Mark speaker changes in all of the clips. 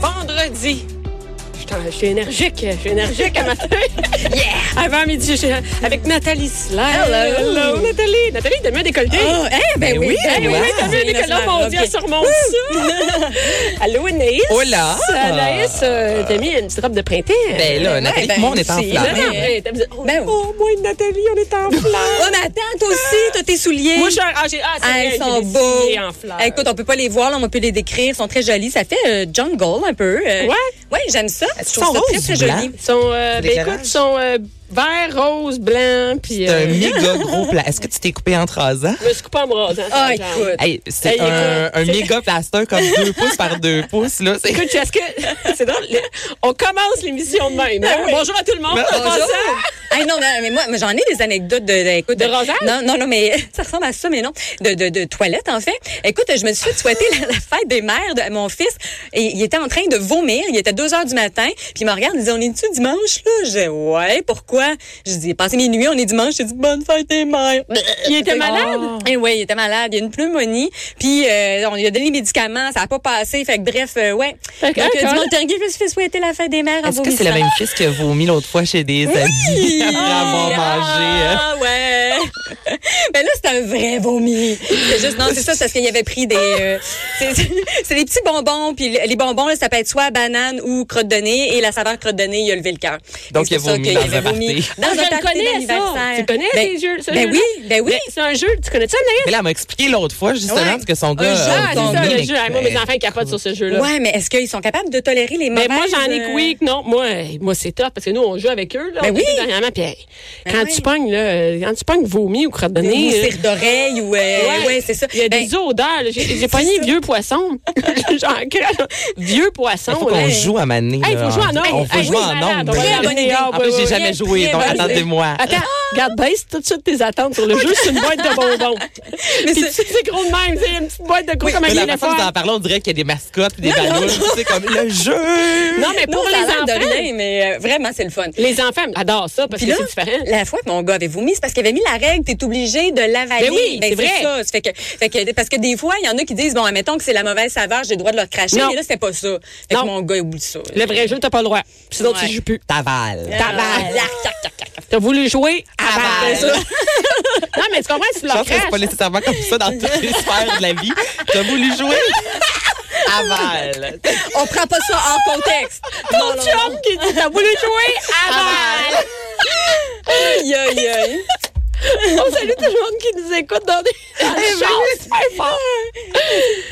Speaker 1: vendredi. J'étais- Je suis énergique, je suis énergique à matin. yeah! Avant midi, je- avec Nathalie Slair.
Speaker 2: Hello.
Speaker 1: Nathalie! Nathalie, t'as mis un décolleté?
Speaker 2: Oh, eh, ben, oui,
Speaker 1: Eh
Speaker 2: ben
Speaker 1: oui,
Speaker 2: oui.
Speaker 1: t'as mis un décolleté, Oh, mon Dieu, sur mon ça! Allô, Anaïs?
Speaker 3: Hola.
Speaker 1: Anaïs, euh, t'as mis une petite robe de printemps?
Speaker 3: Ben là, Nathalie,
Speaker 2: ben,
Speaker 3: moi, on est en
Speaker 2: si,
Speaker 1: Non,
Speaker 3: flamme.
Speaker 1: non,
Speaker 2: ben,
Speaker 1: mais t'as- oh,
Speaker 2: ben oui.
Speaker 1: oh, moi et Nathalie, on est en
Speaker 2: Oh,
Speaker 1: fleurs.
Speaker 2: mais attends, toi aussi, t'as tes souliers.
Speaker 1: Moi, je suis en- ah, j'ai- ah, c'est
Speaker 2: Ah,
Speaker 1: vrai,
Speaker 2: ils
Speaker 1: j'ai
Speaker 2: sont
Speaker 1: des
Speaker 2: beaux.
Speaker 1: souliers en fleurs.
Speaker 2: Ah, écoute, on peut pas les voir, là, on peut les décrire. Ils sont très jolis. Ça fait euh, jungle un peu. euh.
Speaker 1: Ouais.
Speaker 2: Ouais, j'aime ça.
Speaker 3: Est-ce
Speaker 2: Je
Speaker 3: qu'ils sont
Speaker 2: trouve ça très,
Speaker 3: roses
Speaker 2: très
Speaker 3: ou blancs?
Speaker 2: joli.
Speaker 1: Ils sont, euh, ben
Speaker 3: L'éclairage.
Speaker 1: écoute, ils sont euh, vert, rose, blanc, puis...
Speaker 3: C'est un
Speaker 1: euh,
Speaker 3: méga gros plat. Est-ce que tu t'es coupé en trois ans?
Speaker 1: Je me suis coupée en bras. hein,
Speaker 2: Ah,
Speaker 1: ça, genre.
Speaker 2: écoute.
Speaker 3: Hey, c'est
Speaker 1: Hey,
Speaker 3: un, un méga plaster comme deux pouces par deux pouces. Là. C'est-
Speaker 1: Écoute, est-ce que. C'est drôle. le- On commence l'émission de même. hein? Bonjour à tout le monde.
Speaker 3: Ben,
Speaker 1: en
Speaker 3: bonjour.
Speaker 1: passant.
Speaker 2: Ah non, non, mais moi, moi, j'en ai des anecdotes de, de- écoute,
Speaker 1: De rasage?
Speaker 2: Non, non, non, mais ça ressemble à ça, mais non, de, de, de toilette en fait. Écoute, je me suis fait souhaiter la, la fête des mères de mon fils. Et il était en train de vomir. Il était 2 heures du matin. Puis il me regarde, il dit, on est-tu dimanche là Je dis, ouais, pourquoi Je dis, passé minuit, on est dimanche. Je dis, bonne fête des mères.
Speaker 1: Il était malade?
Speaker 2: Et oui, il était malade. Il y a une pneumonie. Puis euh, on lui a donné les médicaments. Ça a pas passé. Fait que bref, euh, ouais.
Speaker 1: Fait que,
Speaker 2: Donc,
Speaker 1: hein,
Speaker 2: euh,
Speaker 1: quand-
Speaker 2: dimanche dernier, je me suis fait souhaiter la fête des mères. en
Speaker 3: ah, Est-ce que c'est la
Speaker 2: vomissant.
Speaker 3: même fille qui a vomi l'autre fois chez des amis après avoir mangé? Ah, hein?
Speaker 2: Ah ouais. Mais Ben là, c'est un vrai vomi. C'est juste, non, c'est ça, c'est parce qu'il y avait pris des. euh, c'est- c'est c'est des petits bonbons. Puis les bonbons, là, ça peut être soit banane ou crotte de nez. Et la saveur crotte de nez, il y a le Vilcar.
Speaker 3: Donc,
Speaker 2: Et c'est
Speaker 3: il a
Speaker 2: pour ça
Speaker 3: vomi
Speaker 2: qu'il
Speaker 3: dans
Speaker 2: avait
Speaker 3: un
Speaker 2: vomi
Speaker 3: party.
Speaker 2: Dans
Speaker 1: Ah,
Speaker 2: un
Speaker 1: je le
Speaker 2: party
Speaker 1: connais, ça.
Speaker 2: d'anniversaires.
Speaker 1: Tu connais
Speaker 2: Ben-
Speaker 1: ces jeux? ce
Speaker 2: Ben
Speaker 1: jeu-là?
Speaker 2: oui, ben oui.
Speaker 1: Ben, C'est un jeu. Tu connais ça, Anaïs?
Speaker 3: Mais là, elle m'a expliqué l'autre fois, justement,
Speaker 2: Ouais.
Speaker 3: parce que son
Speaker 2: Un
Speaker 3: gars.
Speaker 2: jeu,
Speaker 3: a
Speaker 2: c'est
Speaker 1: C'est
Speaker 3: vomi, euh,
Speaker 1: ça, le
Speaker 3: mais-
Speaker 1: jeu. Ah, Moi, mes enfants capotent sur ce jeu-là.
Speaker 2: Ouais, mais est-ce qu'ils sont capables de tolérer les mauvaises?
Speaker 1: Mais Ben, moi, j'en ai que
Speaker 2: euh,
Speaker 1: oui, que non. Moi, euh, moi c'est top parce que nous, on joue avec eux. Là,
Speaker 2: Ben
Speaker 1: on a
Speaker 2: oui.
Speaker 1: joué Dernièrement, puis, hey,
Speaker 2: Ben
Speaker 1: quand
Speaker 2: oui.
Speaker 1: tu pognes, là, euh, quand tu pognes vomi ou crotte de
Speaker 2: Ou
Speaker 1: nez, euh,
Speaker 2: cire d'oreille ou. euh, ouais, c'est ça.
Speaker 1: Il y a
Speaker 2: Ben,
Speaker 1: des odeurs. là. J'ai j'ai pogné
Speaker 2: ça.
Speaker 1: vieux poisson. J'en crève. Vieux poisson.
Speaker 3: Il Ben, faut
Speaker 1: là.
Speaker 3: qu'on joue à Mané.
Speaker 1: Hey,
Speaker 3: là.
Speaker 1: faut jouer en ordre.
Speaker 3: On faut
Speaker 1: Hey,
Speaker 3: jouer
Speaker 1: oui,
Speaker 3: en
Speaker 1: malade,
Speaker 3: ordre.
Speaker 2: on va jouer en bonne idée.
Speaker 3: En plus, j'ai jamais joué, donc
Speaker 2: Très bonne idée.
Speaker 3: attendez-moi.
Speaker 1: Attends, regarde, baisse tout de suite tes attentes sur le jeu, c'est une boîte de bonbons. Mais c'est c'est gros de même, c'est une petite boîte de gros comme un
Speaker 3: Mais la
Speaker 1: billet de
Speaker 3: façon dont en
Speaker 1: foire.
Speaker 3: parlons, on dirait qu'il y a des mascottes, des ballons, c'est comme le jeu.
Speaker 1: Non, mais pour
Speaker 2: non, ça a l'air
Speaker 1: les
Speaker 2: de
Speaker 1: enfants,
Speaker 2: rien, mais euh, vraiment, c'est le fun.
Speaker 1: les enfants adorent ça parce
Speaker 2: Puis
Speaker 1: que
Speaker 2: là,
Speaker 1: c'est différent.
Speaker 2: la fois que mon gars avait vomi, c'est parce qu'il avait mis la règle, t'es obligé de l'avaler.
Speaker 1: Ben oui, c'est vrai.
Speaker 2: ça. Ça Fait que, fait que- parce que des fois, il y en a qui disent, bon, admettons que c'est la mauvaise saveur, j'ai le droit de le cracher.
Speaker 1: Non.
Speaker 2: Mais là, c'était pas ça. Fait
Speaker 1: Non.
Speaker 2: que mon gars, il oublie ça.
Speaker 1: Le vrai jeu, t'as pas le droit. Sinon,
Speaker 2: Ouais.
Speaker 1: tu joues plus.
Speaker 3: T'avales.
Speaker 2: Ah,
Speaker 1: Tabarnak.
Speaker 2: yac, yac, yac, yac.
Speaker 1: T'as voulu jouer à
Speaker 2: Ah,
Speaker 1: balle. Non, mais tu comprends, tu
Speaker 3: Je
Speaker 1: leur
Speaker 3: pense que c'est pas
Speaker 1: craches.
Speaker 3: nécessairement comme ça dans toutes les sphères de la vie. T'as voulu jouer? Aval.
Speaker 2: ah. On prend pas ça hors contexte.
Speaker 1: Ton chum qui dit t'as voulu jouer à balle.
Speaker 2: Aïe, aïe, aïe.
Speaker 1: On salue Oh, tout le monde qui nous écoute dans des dans le char, c'est pas fort.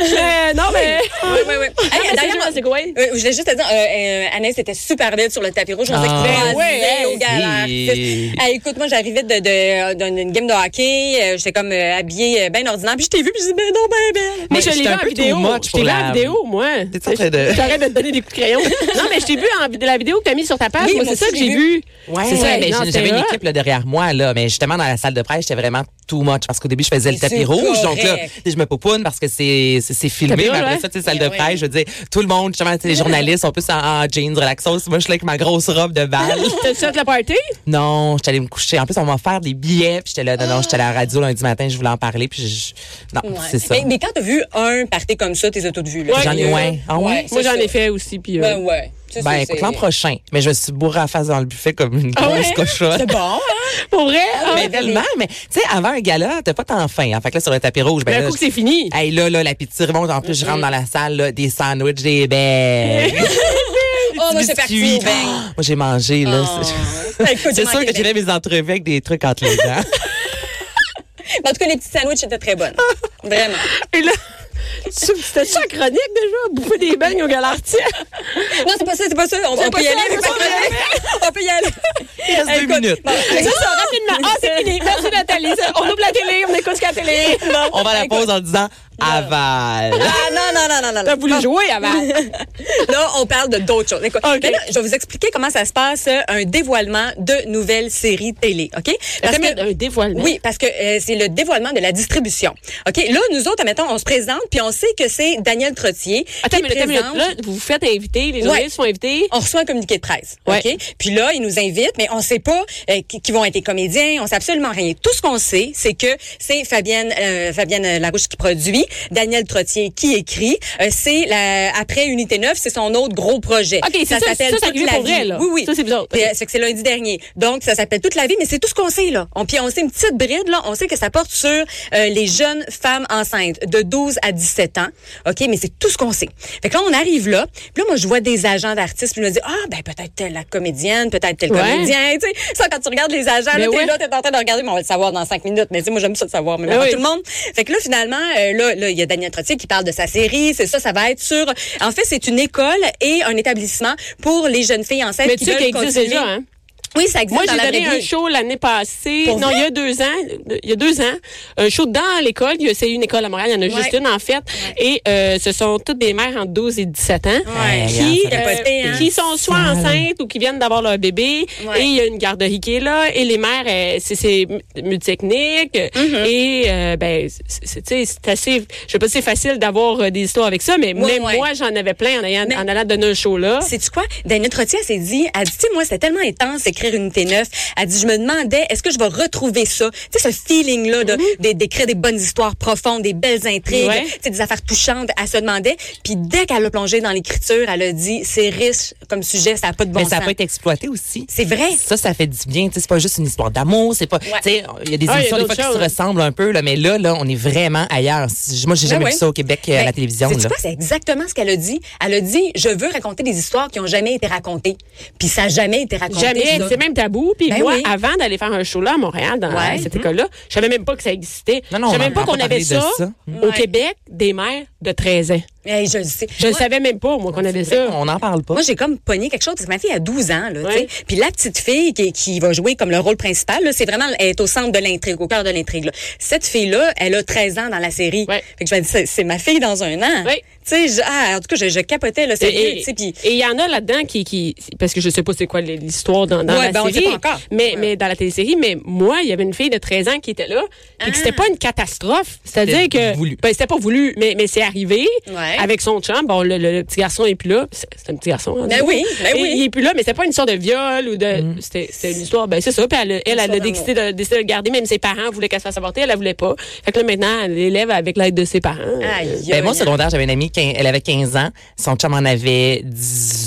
Speaker 1: Euh, non, mais.
Speaker 2: Oui, oui, oui. Hey,
Speaker 1: mais
Speaker 2: d'ailleurs,
Speaker 1: c'est quoi?
Speaker 2: euh, je voulais juste te dire, euh, euh, Anaïs était super belle sur le tapis rouge. On s'est
Speaker 3: Ah.
Speaker 2: croisés
Speaker 1: Ben ouais.
Speaker 2: au galère.
Speaker 3: Oui.
Speaker 2: Ah, écoute, moi, j'arrivais de, de, d'une d'une game de hockey. euh, J'étais comme euh, habillée bien ordinaire. Puis je t'ai vue, puis je dis, ben non, ben belle.
Speaker 1: Moi,
Speaker 3: Mais
Speaker 1: je l'ai
Speaker 3: j'étais
Speaker 1: vu
Speaker 3: un
Speaker 1: en
Speaker 3: peu
Speaker 1: vidéo.
Speaker 3: too much
Speaker 1: Je
Speaker 3: pour
Speaker 1: t'ai vu en
Speaker 3: la-
Speaker 1: vidéo, moi.
Speaker 3: T'es en train de-
Speaker 1: J'arrête de te donner des coups de crayon. Non, mais je t'ai vu en vid- la vidéo que t'as mis sur ta page.
Speaker 2: Oui,
Speaker 1: moi,
Speaker 2: moi
Speaker 1: c'est ça
Speaker 2: aussi,
Speaker 1: que
Speaker 2: je l'ai
Speaker 1: j'ai vu.
Speaker 3: Ouais, c'est ça.
Speaker 1: Non,
Speaker 3: ben,
Speaker 1: c'était
Speaker 3: J'avais une
Speaker 1: hot.
Speaker 3: équipe là, derrière moi, là, mais justement, dans la salle de presse, j'étais vraiment too much parce qu'au début, je faisais le
Speaker 2: C'est
Speaker 3: tapis rouge. Donc là,
Speaker 2: correct.
Speaker 3: je me poupoune parce que c'est c'est- c'est filmé.
Speaker 1: Tapis
Speaker 3: Mais
Speaker 1: rouge,
Speaker 3: après
Speaker 1: ouais.
Speaker 3: ça, tu sais, salle
Speaker 2: Eh
Speaker 3: de
Speaker 2: oui.
Speaker 3: presse, je veux dire, tout le monde, justement, tu sais, les journalistes, on peut en, en jeans relaxos. Moi, je suis là avec ma grosse robe de balle.
Speaker 1: T'as-tu fait la party?
Speaker 3: non, j'étais allée me coucher. En plus, on m'a offert des billets. Puis j'étais là, non, non, j'étais à la radio lundi matin, je voulais en parler. Puis je- non,
Speaker 2: Ouais.
Speaker 3: c'est ça.
Speaker 2: Mais, mais quand t'as vu un party comme ça, t'es toutes vues.
Speaker 1: Ouais. J'en ai-
Speaker 3: ouais. Ah ouais?
Speaker 1: Moi, j'en ai fait aussi. Puis, euh,
Speaker 2: Ben ouais. Ça,
Speaker 3: Ben,
Speaker 2: c'est-
Speaker 3: écoute,
Speaker 2: c'est-
Speaker 3: l'an prochain. Mais je me suis bourrée à face dans le buffet comme une
Speaker 1: Ah
Speaker 3: grosse
Speaker 1: ouais?
Speaker 3: cochonne.
Speaker 2: C'est bon, hein?
Speaker 1: Pour vrai? hein?
Speaker 3: Mais tellement, mais tu sais, avant un gala, t'as pas tant faim. En fait, que là, sur le tapis rouge, ben,
Speaker 1: D'un
Speaker 3: là,
Speaker 1: coup que c'est fini.
Speaker 3: Hey, là, là, la pitié remonte. En plus, je
Speaker 2: Mm-hmm.
Speaker 3: rentre dans la salle, là, des sandwichs, des beignes.
Speaker 2: Oh, moi, c'est parti.
Speaker 3: biscuits.
Speaker 2: Ben.
Speaker 3: Moi, j'ai mangé, là.
Speaker 2: Ben, écoute, j'ai
Speaker 3: C'est sûr
Speaker 2: manqué
Speaker 3: que j'ai
Speaker 2: de-
Speaker 3: fait mes entrevues avec des trucs entre les dents.
Speaker 2: Mais En tout cas, les petits sandwichs étaient très bonnes. Vraiment.
Speaker 1: Et là, c'était ça chronique déjà? Bouffer des beignes au galartier.
Speaker 2: Non, c'est pas ça, c'est pas ça. On, on
Speaker 1: pas
Speaker 2: peut y
Speaker 1: ça,
Speaker 2: aller.
Speaker 1: c'est
Speaker 2: mais
Speaker 1: pas
Speaker 2: pas- On peut y aller.
Speaker 3: Il reste deux
Speaker 2: Écoute,
Speaker 3: minutes.
Speaker 2: bon,
Speaker 1: Ça, ça, rapidement. Ah, c'est fini. Merci, Nathalie. Nathalie, on ouvre la télé, on écoute ce qu'il y a à la télé.
Speaker 3: On va à la pause en disant aval.
Speaker 2: Ah, non, non, non, non, non.
Speaker 1: T'as
Speaker 2: non.
Speaker 1: voulu jouer avant.
Speaker 2: Là, on parle de d'autres choses. Écoute,
Speaker 1: OK.
Speaker 2: maintenant, je vais vous expliquer comment ça se passe euh, un dévoilement de nouvelles séries télé, OK? Parce que-
Speaker 1: un dévoilement.
Speaker 2: oui, parce que euh, c'est le dévoilement de la distribution. OK, là nous autres mettons on se présente puis on sait que c'est Daniel Trottier
Speaker 1: Attends,
Speaker 2: qui
Speaker 1: mais attends, une minute.
Speaker 2: présente
Speaker 1: là, vous vous faites inviter, les journalistes sont invités.
Speaker 2: on reçoit un communiqué de presse,
Speaker 1: Ouais.
Speaker 2: ok. Puis là, ils nous invitent, mais on sait pas euh, qui, qui vont être les comédiens, on sait absolument rien. Tout ce qu'on sait, c'est que c'est Fabienne, euh, Fabienne Larouche qui produit, Daniel Trottier qui écrit. Euh, c'est la- après Unité 9, c'est son autre gros projet.
Speaker 1: OK, c'est ça, ça, c'est
Speaker 2: Toute
Speaker 1: arrivé
Speaker 2: la
Speaker 1: pour
Speaker 2: vie.
Speaker 1: vrai, là.
Speaker 2: Oui, oui.
Speaker 1: Ça, c'est vous autres.
Speaker 2: Puis,
Speaker 1: OK.
Speaker 2: euh, fait que c'est lundi dernier. Donc ça s'appelle toute la vie, mais c'est tout ce qu'on sait là. On, puis on sait une petite bride là. On sait que ça porte sur euh, les jeunes femmes enceintes de 12 à 17 ans. Ok, mais c'est tout ce qu'on sait. Fait que là on arrive là. Puis là moi je vois des agents d'artistes. Puis je me dis ah ben peut-être telle la comédienne, peut-être tel
Speaker 1: Ouais.
Speaker 2: comédien. Tu sais ça quand tu regardes les agents,
Speaker 1: Mais
Speaker 2: là, t'es
Speaker 1: ouais.
Speaker 2: là t'es en train de regarder. Mais on va le savoir dans cinq minutes. Mais tu sais moi j'aime ça de savoir. Mais
Speaker 1: Mais
Speaker 2: pas
Speaker 1: oui.
Speaker 2: tout le monde. Fait que là finalement euh, là là, il y a Daniel Trottier qui parle de sa série. C'est ça ça va être sur. En fait c'est une école et un établissement pour les jeunes filles enceintes
Speaker 1: Mais
Speaker 2: qui
Speaker 1: tu sais
Speaker 2: veulent
Speaker 1: qu'il existe
Speaker 2: continuer.
Speaker 1: déjà, hein?
Speaker 2: Oui, ça existe
Speaker 1: Moi,
Speaker 2: dans
Speaker 1: j'ai
Speaker 2: la
Speaker 1: donné
Speaker 2: vraie
Speaker 1: un
Speaker 2: vie.
Speaker 1: show l'année passée.
Speaker 2: Pour
Speaker 1: non, il y a deux ans. Il y a deux ans. Un show dans l'école. Il y a- C'est une école à Montréal. Il y en a juste
Speaker 2: Ouais.
Speaker 1: une, en fait. Et euh, ce sont toutes des mères entre 12 et 17 ans.
Speaker 2: Ouais.
Speaker 1: Qui,
Speaker 3: Regarde, ça
Speaker 2: doit
Speaker 1: euh,
Speaker 2: être payant.
Speaker 1: qui sont soit enceintes ou qui viennent d'avoir leur bébé.
Speaker 2: hein. Ouais.
Speaker 1: Et il y a une garderie qui est là. Et les mères, euh, c'est- c'est mu- multitechnique.
Speaker 2: Mm-hmm.
Speaker 1: Et, euh, ben, c'est- c'est tu sais, c'est assez, je sais pas si c'est facile d'avoir euh, des histoires avec ça, mais
Speaker 2: Ouais,
Speaker 1: même
Speaker 2: ouais.
Speaker 1: moi, j'en avais plein en, ayant,
Speaker 2: Mais-
Speaker 1: en allant donner un show là.
Speaker 2: Sais-tu quoi? Daniel Trottier, elle s'est dit, elle dit, tu sais, moi, c'était tellement intense écrire une T9. Elle dit, je me demandais, est-ce que je vais retrouver ça? Tu sais, ce feeling-là de- de- d'écrire des bonnes histoires profondes, des belles intrigues,
Speaker 1: Ouais.
Speaker 2: tu sais, des affaires touchantes. Elle se demandait. Puis dès qu'elle a plongé dans l'écriture, elle a dit, c'est riche comme sujet, ça n'a pas de bon
Speaker 3: mais ça
Speaker 2: sens.
Speaker 3: peut être exploité aussi.
Speaker 2: C'est vrai.
Speaker 3: Ça, ça fait du bien. Tu sais, C'est pas juste une histoire d'amour. C'est pas. tu sais, Il y a des
Speaker 1: Ah, il y a
Speaker 3: émissions des fois
Speaker 1: d'autres
Speaker 3: qui se
Speaker 1: choses.
Speaker 3: ressemblent un peu, là, mais là, là, on est vraiment ailleurs. Si- Moi, j'ai jamais
Speaker 2: Ben ouais.
Speaker 3: vu ça au Québec euh, à la télévision.
Speaker 2: C'est
Speaker 3: là.
Speaker 2: quoi, c'est exactement ce qu'elle a dit. Elle a dit, je veux raconter des histoires qui ont jamais été racontées. Puis ça n'a jamais été raconté.
Speaker 1: Jamais,
Speaker 2: ça.
Speaker 1: c'est même tabou. Puis
Speaker 2: Ben
Speaker 1: moi,
Speaker 2: oui.
Speaker 1: avant d'aller faire un show là à Montréal, dans
Speaker 2: Ouais.
Speaker 1: cette école-là, je savais même pas que ça existait.
Speaker 3: Non, non,
Speaker 1: je
Speaker 3: on
Speaker 1: savais même
Speaker 3: en
Speaker 1: pas
Speaker 3: entend
Speaker 1: qu'on avait
Speaker 3: parler de
Speaker 1: ça,
Speaker 3: ça.
Speaker 1: au Québec des mères de 13 ans.
Speaker 2: Hey, je le sais.
Speaker 1: Je ne
Speaker 2: Moi,
Speaker 1: savais même pas, moi, qu'on avait ça.
Speaker 3: On n'en parle pas.
Speaker 2: Moi, j'ai comme pogné quelque chose parce que ma fille a 12 ans, là, tu
Speaker 1: Ouais.
Speaker 2: sais. Puis la petite fille qui, qui va jouer comme le rôle principal, là, c'est vraiment, elle est au centre de l'intrigue, au cœur de l'intrigue, là. Cette fille-là, elle a 13 ans dans la série.
Speaker 1: Ouais.
Speaker 2: Fait que je me dis, c'est- c'est ma fille dans un an.
Speaker 1: Ouais.
Speaker 2: Tu sais, je- ah, en tout cas, je, je capotais, là, c'est
Speaker 1: Et
Speaker 2: tu sais, puis...
Speaker 1: et il y en a là-dedans qui, qui. Parce que je sais pas c'est quoi l'histoire dans, dans
Speaker 2: Ouais,
Speaker 1: la
Speaker 2: ben, on le
Speaker 1: série.
Speaker 2: sait pas encore.
Speaker 1: Mais,
Speaker 2: Ouais.
Speaker 1: mais dans la télésérie, mais moi, il y avait une fille de 13 ans qui était là. Puis que c'était
Speaker 2: Ah.
Speaker 1: pas une catastrophe. C'est-à-dire
Speaker 3: C'était
Speaker 1: que.
Speaker 3: voulu.
Speaker 1: Ben, c'était pas voulu, mais, mais c'est arrivé
Speaker 2: Ouais.
Speaker 1: avec son chum. Bon, le, le- le petit garçon est plus là. C'est c'est un petit garçon. hein,
Speaker 2: Ben
Speaker 1: du coup.
Speaker 2: oui, ben
Speaker 1: Et
Speaker 2: oui.
Speaker 1: Il est plus là, mais c'était pas une histoire de viol ou de.
Speaker 3: Mm.
Speaker 1: C'était c'était une histoire. Ben, c'est ça. Puis elle, elle, elle,
Speaker 2: histoire
Speaker 1: a
Speaker 2: d'amour.
Speaker 1: décidé de, décidé de le garder. Même ses parents voulaient qu'elle se fasse avorter. Elle, elle voulait pas. Fait que là, maintenant, elle élève avec l'aide de ses parents.
Speaker 2: Aïe,
Speaker 3: Ben, moi, au
Speaker 2: aïe.
Speaker 3: secondaire, j'avais une amie, quin- elle avait 15 ans, son chum en avait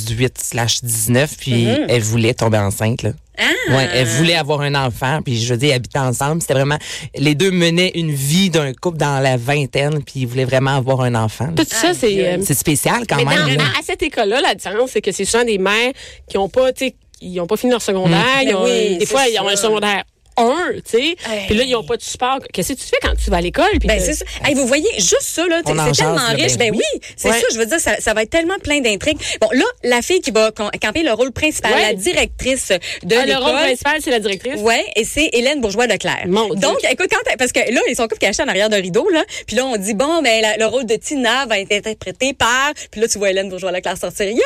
Speaker 3: 18 slash 19, puis
Speaker 2: Mm-hmm.
Speaker 3: elle voulait tomber enceinte. Là.
Speaker 2: Ah!
Speaker 3: Ouais, elle voulait avoir un enfant, puis je veux dire, habiter ensemble. C'était vraiment... Les deux menaient une vie d'un couple dans la vingtaine, puis ils voulaient vraiment avoir un enfant. là.
Speaker 1: Tout ça, c'est. euh,
Speaker 3: C'est spécial quand
Speaker 1: Mais dans-
Speaker 3: même. là.
Speaker 1: dans- à cette école-là, la différence, c'est que c'est souvent des mères qui n'ont pas, tu sais, ils ont pas fini leur secondaire. Ils
Speaker 2: Ben
Speaker 1: ont,
Speaker 2: oui,
Speaker 1: des
Speaker 2: c'est
Speaker 1: fois, ils ont
Speaker 2: ça.
Speaker 1: un secondaire 1, tu sais. Puis là, ils n'ont pas de support. Qu'est-ce que tu fais quand tu vas à l'école? puis
Speaker 2: Ben,
Speaker 1: que-
Speaker 2: c'est ça. Hey, vous voyez, juste ça, là,
Speaker 3: On en
Speaker 2: c'est tellement
Speaker 3: jase, là,
Speaker 2: riche.
Speaker 3: ben
Speaker 2: Ben oui, c'est
Speaker 1: Ouais.
Speaker 2: ça, je veux dire, ça, ça va être tellement plein d'intrigues. Bon, là, la fille qui va com- camper le rôle principal,
Speaker 1: Ouais.
Speaker 2: la directrice de
Speaker 1: Ah, le rôle
Speaker 2: l'école,
Speaker 1: principal, c'est la directrice.
Speaker 2: Ouais, et c'est Hélène Bourgeois-Leclerc.
Speaker 1: Mon Dieu.
Speaker 2: Donc, écoute, quand elle- parce que là, ils sont couple cachés en arrière d'un rideau, là. Puis là, on dit, bon, ben, la- le rôle de Tina va être interprété par. Puis là, tu vois Hélène Bourgeois-Leclerc sortir. Yeah!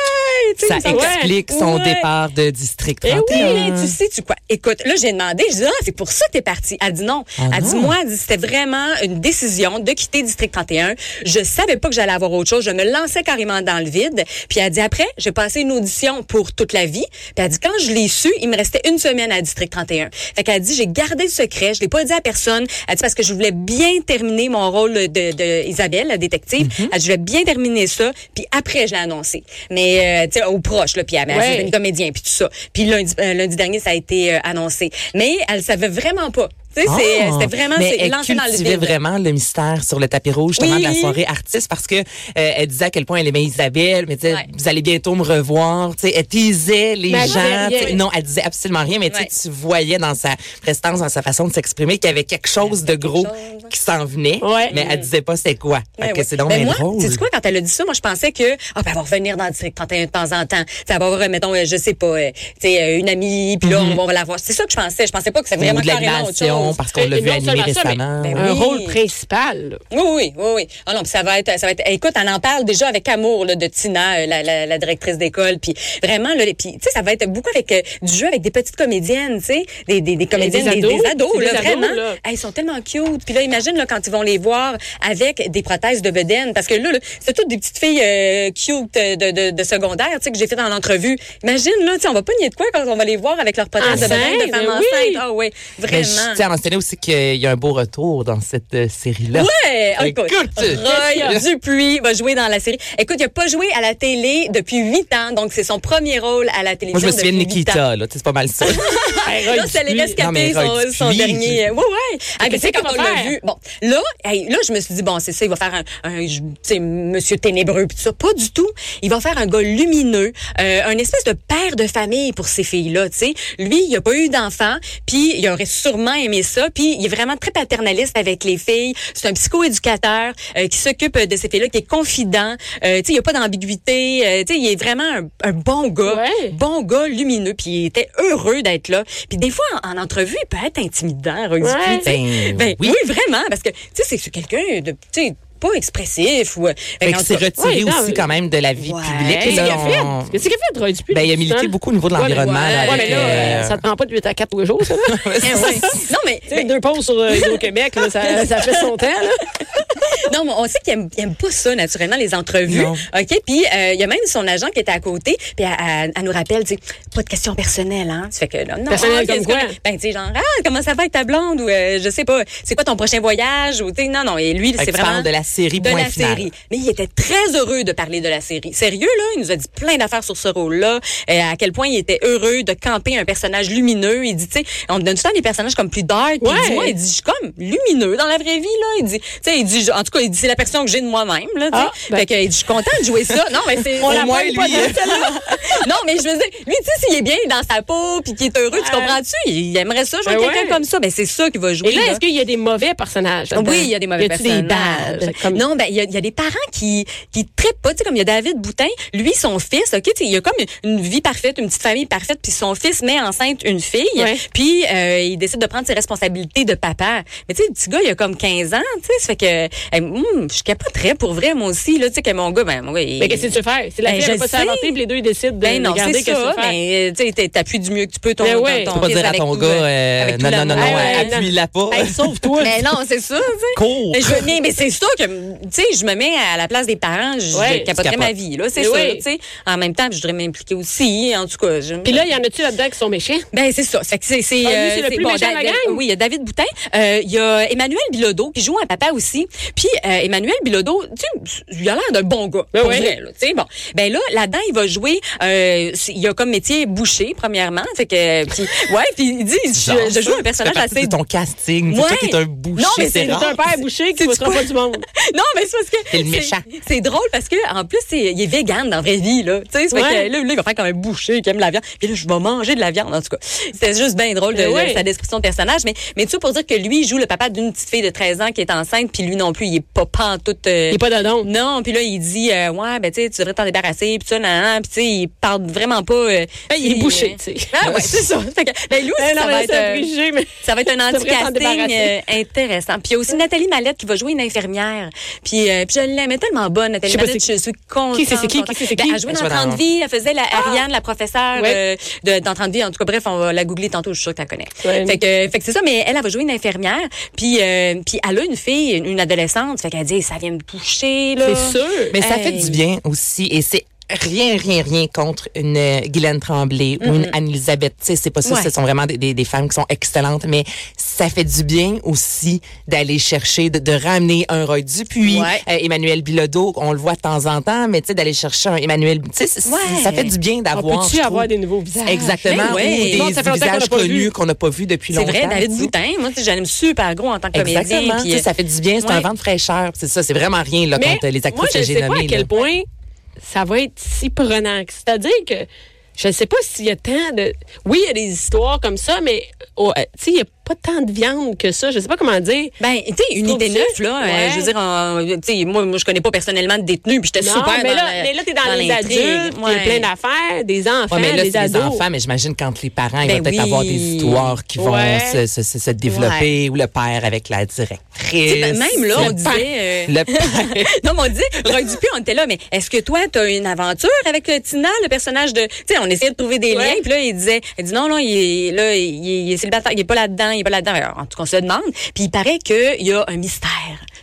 Speaker 2: Tu sais,
Speaker 3: Ça
Speaker 2: me semble-
Speaker 3: explique son
Speaker 2: Ouais.
Speaker 3: départ de District
Speaker 1: Eh oui,
Speaker 3: 31.
Speaker 2: Oui,
Speaker 3: hein.
Speaker 2: mais tu sais, tu quoi? Écoute, là, j'ai demandé, je dis, ah, c'est pour ça que t'es partie. Elle dit non.
Speaker 3: Ah
Speaker 2: elle dit,
Speaker 3: non.
Speaker 2: moi, elle dit, c'était vraiment une décision de quitter District 31. Je savais pas que j'allais avoir autre chose. Je me lançais carrément dans le vide. Puis elle dit, après, j'ai passé une audition pour toute la vie. Puis elle dit, quand je l'ai su, il me restait une semaine à District 31. Fait qu'elle dit, j'ai gardé le secret. Je l'ai pas dit à personne. Elle dit, parce que je voulais bien terminer mon rôle de, de Isabelle, la détective.
Speaker 3: Mm-hmm.
Speaker 2: Elle dit, je voulais bien terminer ça. Puis après, je l'ai annoncé. Mais, euh, tu sais, aux proches, là. Puis elle m'a
Speaker 1: Ouais.
Speaker 2: ajouté une comédien puis tout ça. Puis lundi, euh, lundi dernier, ça a été euh, annoncé. Mais elle savait vraiment pas. Tu sais,
Speaker 3: Ah!
Speaker 2: c'est- euh, c'était vraiment
Speaker 3: Mais
Speaker 2: c'est
Speaker 3: elle
Speaker 2: lancé dans le
Speaker 3: cultivait
Speaker 2: vide.
Speaker 3: vraiment le mystère sur le tapis rouge justement
Speaker 2: Oui.
Speaker 3: de la soirée artiste parce que euh, elle disait à quel point elle aimait Isabelle mais tu sais,
Speaker 2: Ouais.
Speaker 3: vous allez bientôt me revoir tu sais, elle teasait les
Speaker 1: Mais elle disait
Speaker 3: gens
Speaker 1: rien.
Speaker 3: tu sais. non elle disait absolument rien mais tu sais,
Speaker 2: Ouais.
Speaker 3: tu voyais dans sa prestance dans sa façon de s'exprimer qu'il y avait quelque chose de gros
Speaker 2: Ah, chose.
Speaker 3: qui s'en venait
Speaker 1: Ouais.
Speaker 3: mais elle disait pas c'est quoi Fait
Speaker 2: Ouais,
Speaker 3: que
Speaker 2: ouais.
Speaker 3: c'est donc
Speaker 2: Ben
Speaker 3: bien
Speaker 2: moi,
Speaker 3: drôle
Speaker 2: sais-tu quoi, quand elle a dit ça, moi, je pensais que, ah, ben, elle va revenir dans le District 31 de temps en temps. Tu sais, elle va avoir, euh, mettons, euh, je sais pas, euh, tu sais, euh, une amie, puis là, on va- on va la voir. C'est ça que je pensais. Je pensais pas que c'est
Speaker 3: Ou
Speaker 2: vraiment
Speaker 3: Mm-hmm. de
Speaker 2: carrément autre chose. Euh,
Speaker 3: l'animation maison parce qu'on l'a
Speaker 1: Et
Speaker 3: vu
Speaker 1: non
Speaker 3: animer
Speaker 1: seulement ça, mais-
Speaker 3: récemment.
Speaker 2: ben
Speaker 1: Un
Speaker 2: Oui.
Speaker 1: rôle principal. là.
Speaker 2: Oui, oui, oui, oui. Ah non, puis ça va être, ça va être. Écoute, on en parle déjà avec amour là, de Tina, euh, la, la, la directrice d'école, puis vraiment là, les- puis tu sais, ça va être beaucoup avec euh, du jeu avec des petites comédiennes, tu sais, des, des, des comédiennes,
Speaker 1: Des
Speaker 2: des,
Speaker 1: ados.
Speaker 2: des ados,
Speaker 1: Des
Speaker 2: là,
Speaker 1: ados,
Speaker 2: vraiment.
Speaker 1: là.
Speaker 2: Ah, ils sont tellement cute. Puis là, imagine là quand ils vont les voir avec des prothèses de bedaine, parce que là, là, c'est toutes des petites filles euh, cute euh, de, de, de secondaire, tu sais, que j'ai fait dans l'entrevue. Imagine là, tu sais, on va pas nier de quoi quand on va les voir avec leurs prothèses de
Speaker 1: Enceinte,
Speaker 2: bedaine de femmes
Speaker 1: oui.
Speaker 2: enceintes. Ah oui,
Speaker 3: Mais je
Speaker 2: vraiment.
Speaker 3: tiens à mentionner aussi qu'il y a un beau retour dans cette euh, série-là.
Speaker 2: Ouais, ah, écoute,
Speaker 3: Écoute,
Speaker 2: Roy Dupuis va jouer dans la série. Écoute, il a pas joué à la télé depuis huit ans, donc c'est son premier rôle à la
Speaker 3: Moi,
Speaker 2: télévision.
Speaker 3: je me souviens de
Speaker 2: depuis huit ans.
Speaker 3: Nikita, là. Tu sais, C'est pas mal ça.
Speaker 1: Hey, Roy
Speaker 2: Là, c'est les
Speaker 1: Dupuis.
Speaker 3: Non, mais
Speaker 2: rescapés,
Speaker 3: Roy
Speaker 2: son, son
Speaker 3: Dupuis,
Speaker 2: dernier. Oui, oui. Ah, mais tu sais,
Speaker 1: qu'est-ce
Speaker 2: quand
Speaker 1: qu'on
Speaker 2: on
Speaker 1: va
Speaker 2: l'a
Speaker 1: faire?
Speaker 2: vu. Bon, là, hey, là, je me suis dit, bon, c'est ça, il va faire un, un je- tu sais, monsieur ténébreux, pis tout ça. Pas du tout. Il va faire un gars lumineux, euh, un espèce de père de famille pour ces filles-là, tu sais. Lui, il a pas eu d'enfant, puis il aurait sûrement aimé ça, puis il est vraiment très paternaliste avec les filles. C'est un psychoéducateur euh, qui s'occupe de ces filles-là, qui est confident. Euh, tu sais, il n'y a pas d'ambiguïté. euh, tu sais, il est vraiment un, un bon gars
Speaker 1: Ouais.
Speaker 2: bon gars lumineux, puis il était heureux d'être là. Puis des fois, en, en entrevue, il peut être intimidant, Roy Dupuis,
Speaker 1: Ouais.
Speaker 2: tu sais.
Speaker 3: Ben,
Speaker 2: Ben, oui.
Speaker 3: oui.
Speaker 2: vraiment, parce que, tu sais, c'est- c'est quelqu'un de, tu sais, pas expressif ou...
Speaker 3: Fait
Speaker 2: Ben, en
Speaker 3: qu'il
Speaker 2: tout
Speaker 3: s'est
Speaker 2: cas,
Speaker 3: retiré
Speaker 1: ouais, non,
Speaker 3: aussi
Speaker 1: mais-
Speaker 3: quand même de la vie
Speaker 2: Ouais.
Speaker 3: publique.
Speaker 1: Qu'est-ce
Speaker 3: là,
Speaker 1: qu'il a fait?
Speaker 3: on-
Speaker 1: Qu'est-ce qu'il a fait, Roy Dupuis?
Speaker 3: Ben, il a
Speaker 1: tout
Speaker 3: milité
Speaker 1: seul?
Speaker 3: beaucoup au niveau de
Speaker 1: Ouais, mais-
Speaker 3: l'environnement.
Speaker 2: ouais,
Speaker 3: là,
Speaker 1: Ouais,
Speaker 3: avec,
Speaker 1: mais là,
Speaker 3: euh,
Speaker 1: euh, ça te prend pas de 8 à 4 tous les jours, ça. là.
Speaker 2: eh ouais. non, mais,
Speaker 1: Tu sais, Deux pauses sur euh, Hydro-Québec, là, ça, ça fait son temps. Là.
Speaker 2: non, mais on sait qu'il aime, il aime pas ça, naturellement, les entrevues.
Speaker 3: Non.
Speaker 2: OK? Puis, euh, il y a même son agent qui était à côté, puis elle, elle- elle nous rappelle, tu sais, pas de questions personnelles, hein? Tu fais que, là, non,
Speaker 1: Personnelles
Speaker 2: qu'est-ce
Speaker 1: comme
Speaker 2: que-
Speaker 1: quoi?
Speaker 2: Ben, tu sais, genre, ah, comment ça va avec ta blonde? Ou, euh, je sais pas, c'est quoi ton prochain voyage? Ou, tu sais, non, non. Et lui,
Speaker 3: Fait
Speaker 2: c'est
Speaker 3: que tu
Speaker 2: vraiment.
Speaker 3: parles de la série,
Speaker 2: De
Speaker 3: point
Speaker 2: la
Speaker 3: final.
Speaker 2: série. Mais il était très heureux de parler de la série. Sérieux, là, il nous a dit plein d'affaires sur ce rôle-là, euh, à quel point il était heureux de camper un personnage lumineux. Il dit, tu sais, on donne tout le temps des personnages comme plus dark. puis
Speaker 1: Ouais.
Speaker 2: Il dit, moi, il dit, je suis comme lumineux dans la vraie vie, là. Il dit, tu sais, il dit, je- en tout cas, il dit, c'est la personne que j'ai de moi-même, là, tu sais.
Speaker 1: Ah, ben.
Speaker 2: Fait que, il dit, je suis content de jouer ça. Non, mais c'est...
Speaker 3: On
Speaker 2: au
Speaker 3: la
Speaker 2: moins,
Speaker 3: pogne
Speaker 2: pas
Speaker 3: lui.
Speaker 2: dans celle-là. non, mais je veux dire, lui, tu sais, s'il est bien dans sa peau puis qu'il est heureux, tu
Speaker 1: Ouais.
Speaker 2: comprends-tu? Il aimerait ça jouer
Speaker 1: Ben
Speaker 2: quelqu'un
Speaker 1: ouais.
Speaker 2: comme ça. Ben, c'est ça qu'il va jouer,
Speaker 1: Et là,
Speaker 2: là.
Speaker 1: est-ce qu'il y a des mauvais personnages?
Speaker 2: Ah
Speaker 1: là-dedans?
Speaker 2: Oui, il y a des mauvais
Speaker 1: Y a-tu des
Speaker 2: personnages.
Speaker 1: bads? Comme-
Speaker 2: Non, ben il y, a- il y a des parents qui qui trippent pas, tu sais comme il y a David Boutin, lui son fils, OK, tu sais, il a comme une vie parfaite, une petite famille parfaite, puis son fils met enceinte une fille,
Speaker 1: Ouais.
Speaker 2: puis euh, il décide de prendre ses responsabilités de papa. Mais tu sais le petit gars, il a comme 15 ans, tu sais, ça fait que hey, hum, je capoterais pour vrai moi aussi là, tu sais que mon gars ben mon gars, il-
Speaker 1: Mais qu'est-ce que tu veux faire? C'est la
Speaker 2: Ben,
Speaker 1: fille,
Speaker 2: je
Speaker 1: elle a pas
Speaker 2: le sais.
Speaker 1: s'inventer, puis les deux, ils décident de
Speaker 2: ben non,
Speaker 1: regarder
Speaker 2: c'est
Speaker 1: qu'est-ce que
Speaker 2: ça,
Speaker 1: tu veux faire.
Speaker 2: mais tu sais t'es- t'appuies du mieux que tu peux ton
Speaker 1: Ben ouais.
Speaker 2: ton, ton
Speaker 1: Faut
Speaker 3: Faut pas
Speaker 2: fils
Speaker 3: dire à
Speaker 2: avec
Speaker 3: ton
Speaker 2: tout,
Speaker 3: gars,
Speaker 2: euh,
Speaker 3: euh,
Speaker 2: avec tout
Speaker 3: non, non, non,
Speaker 2: l'amour.
Speaker 3: non,
Speaker 1: Ouais,
Speaker 3: euh, appuie-la pas.
Speaker 2: Ben,
Speaker 1: Hey, Sauve-toi.
Speaker 2: Mais non, c'est ça, tu sais.
Speaker 3: Cours.
Speaker 2: Mais je, mais, mais c'est sûr que, tu sais, je me mets à la place des parents, je
Speaker 1: Ouais,
Speaker 2: capoterais
Speaker 3: tu capotes.
Speaker 2: ma vie, là, c'est
Speaker 1: Mais
Speaker 2: ça,
Speaker 1: oui.
Speaker 2: tu sais. En même temps, je voudrais m'impliquer aussi, en tout cas. je-
Speaker 1: Puis là, il y en a-tu là-dedans qui sont méchants?
Speaker 2: ben c'est ça. Fait que c'est c'est
Speaker 1: Ah, lui, c'est le plus méchant de la
Speaker 2: David-
Speaker 1: gang.
Speaker 2: Oui, il y a David Boutin, euh, il y a Emmanuel Bilodeau qui joue un papa aussi. Puis euh, Emmanuel Bilodeau, tu sais, il a l'air d'un bon gars.
Speaker 1: Ben
Speaker 2: pour
Speaker 1: oui.
Speaker 2: vrai, là, tu sais bon. Ben là, là-dedans, il va jouer euh, c'est- il a comme métier boucher premièrement, fait que puis ouais, puis il dit
Speaker 3: Genre,
Speaker 2: je, je joue un personnage
Speaker 3: ça fait partie
Speaker 2: assez
Speaker 3: de ton casting. C'est
Speaker 2: Ouais.
Speaker 3: toi qui es un
Speaker 2: Non, mais
Speaker 3: boucher,
Speaker 2: c'est
Speaker 3: c'est
Speaker 1: C'est
Speaker 3: rare.
Speaker 1: un père bouché qui ne
Speaker 2: Sais-tu
Speaker 1: se pas du monde.
Speaker 2: Non, mais c'est parce que.
Speaker 3: C'est le méchant.
Speaker 2: C'est drôle parce que, en plus, c'est- il est vegan dans la vraie vie, là. Tu sais, ça fait
Speaker 1: Ouais.
Speaker 2: que là, là, il va faire quand même boucher, qui aime la viande. Puis là, je vais manger de la viande, en tout cas. C'était juste bien drôle de,
Speaker 1: Mais Ben ouais.
Speaker 2: de sa description de personnage. Mais, mais tout ça pour dire que lui, il joue le papa d'une petite fille de 13 ans qui est enceinte, puis lui non plus, il est pas pantoute. euh,
Speaker 1: Il n'est pas d'adon.
Speaker 2: Non, puis là, il dit, euh, ouais, ben, tu sais, tu devrais t'en débarrasser, puis ça, nan, nan. Puis, tu sais, il parle vraiment pas. euh,
Speaker 1: Ben, il est
Speaker 2: tu sais,
Speaker 1: bouché,
Speaker 2: euh,
Speaker 1: tu sais.
Speaker 2: Ah, ouais, c'est ça. Fait que, ben, lui aussi,
Speaker 1: Eh
Speaker 2: ça
Speaker 1: Non,
Speaker 2: va
Speaker 1: mais
Speaker 2: être,
Speaker 1: c'est un
Speaker 2: euh,
Speaker 1: préjugé, mais.
Speaker 2: ça va être un
Speaker 1: devrait s'en
Speaker 2: anti-casting euh,
Speaker 1: débarrasser.
Speaker 2: intéressant. Puis il y a aussi Nathalie Mallette qui va jouer une infirmière. Puis, euh, puis je l'aimais tellement bonne, Nathalie
Speaker 1: Je sais pas
Speaker 2: Mallette.
Speaker 1: c'est-
Speaker 2: Je suis contente.
Speaker 1: Qui c'est, c'est qui,
Speaker 2: contente.
Speaker 1: qui c'est, c'est
Speaker 2: Ben,
Speaker 1: qui? Ah!
Speaker 2: Elle jouait
Speaker 3: Je
Speaker 2: dans
Speaker 3: vois
Speaker 2: 30
Speaker 3: dans-
Speaker 2: vies. Elle faisait la Ariane, la professeure
Speaker 1: Ouais.
Speaker 2: euh, de, dans 30 vies. En tout cas, bref, on va la googler tantôt. Je suis sûre que tu la connais.
Speaker 1: Ouais.
Speaker 2: Fait que, euh, fait que c'est ça. Mais elle, elle va jouer une infirmière. Puis, euh, puis elle a une fille, une, une adolescente. Fait qu'elle dit, ça vient me toucher, là.
Speaker 1: C'est sûr.
Speaker 3: Mais ça fait
Speaker 2: Hey.
Speaker 3: du bien aussi et c'est rien, rien, rien contre une euh, Guylaine Tremblay ou une Anne-Elisabeth. Tu sais, c'est pas ça,
Speaker 2: Ouais.
Speaker 3: ce sont vraiment des, des- des femmes qui sont excellentes, mais ça fait du bien aussi d'aller chercher, de, de ramener un Roy Dupuis,
Speaker 2: Ouais.
Speaker 3: euh, Emmanuel Bilodeau, on le voit de temps en temps, mais tu sais, d'aller chercher un Emmanuel, tu sais, c'est-
Speaker 2: Ouais.
Speaker 3: ça fait du bien d'avoir...
Speaker 1: On peut-tu
Speaker 3: je
Speaker 1: avoir
Speaker 3: trouve.
Speaker 1: des nouveaux visages?
Speaker 3: Exactement,
Speaker 2: Ben ouais.
Speaker 3: ou
Speaker 1: Non,
Speaker 3: des
Speaker 1: ça fait longtemps qu'on
Speaker 3: visages
Speaker 1: l'a pas vu.
Speaker 3: connus qu'on n'a pas vus depuis
Speaker 2: C'est
Speaker 3: longtemps.
Speaker 2: vrai, David
Speaker 3: tu sais.
Speaker 2: Boutin, moi, tu sais, j'aime super gros en tant que comédien.
Speaker 3: Exactement,
Speaker 2: puis,
Speaker 3: tu sais,
Speaker 2: euh,
Speaker 3: ça fait du bien, c'est un
Speaker 2: ouais.
Speaker 3: vent de fraîcheur, c'est ça, c'est vraiment rien là,
Speaker 1: Mais
Speaker 3: contre les actrices
Speaker 1: moi, je
Speaker 3: que
Speaker 1: ne
Speaker 3: j'ai
Speaker 1: sais pas à
Speaker 3: nommées,
Speaker 1: quel
Speaker 3: là.
Speaker 1: point ça va être si prenant. C'est-à-dire que je ne sais pas s'il y a tant de... Oui, il y a des histoires comme ça, mais oh, euh, tu sais, il n'y a pas tant de viande que ça. Je sais pas comment dire.
Speaker 2: Ben, tu sais, une idée
Speaker 1: Trouves-tu?
Speaker 2: neuf, là, euh,
Speaker 1: Ouais.
Speaker 2: je veux dire, en- tu sais, moi, moi, je connais pas personnellement de détenus, puis j'étais
Speaker 1: Non,
Speaker 2: super
Speaker 1: mais
Speaker 2: dans
Speaker 1: là,
Speaker 2: la-
Speaker 1: mais là, t'es dans, les
Speaker 2: l'intrigue.
Speaker 1: adultes, puis il y a
Speaker 2: Ouais.
Speaker 1: plein d'affaires, des enfants,
Speaker 3: Ouais, mais là,
Speaker 1: des
Speaker 3: c'est des
Speaker 1: ados.
Speaker 3: enfants, mais j'imagine quand les parents, ils
Speaker 2: Ben
Speaker 3: vont peut-être
Speaker 2: oui.
Speaker 3: avoir des histoires qui
Speaker 1: Ouais.
Speaker 3: vont se, se- se- se développer, ou le père avec la directrice.
Speaker 2: Tu sais, ben, même là,
Speaker 3: Le
Speaker 2: on disait... euh,
Speaker 3: Le Ben père.
Speaker 2: non, mais on disait, Roy Dupuis, on était là, mais est-ce que toi, t'as une aventure avec euh, Tina, le personnage de... Tu sais, on essayait de trouver des
Speaker 1: Ouais.
Speaker 2: liens, puis là, il disait, il dit non, non, il est, là, il, il est célibataire, il est pas là-dedans, il est pas là-dedans. Alors, En tout cas, on se le demande. Puis il paraît qu'il y a un mystère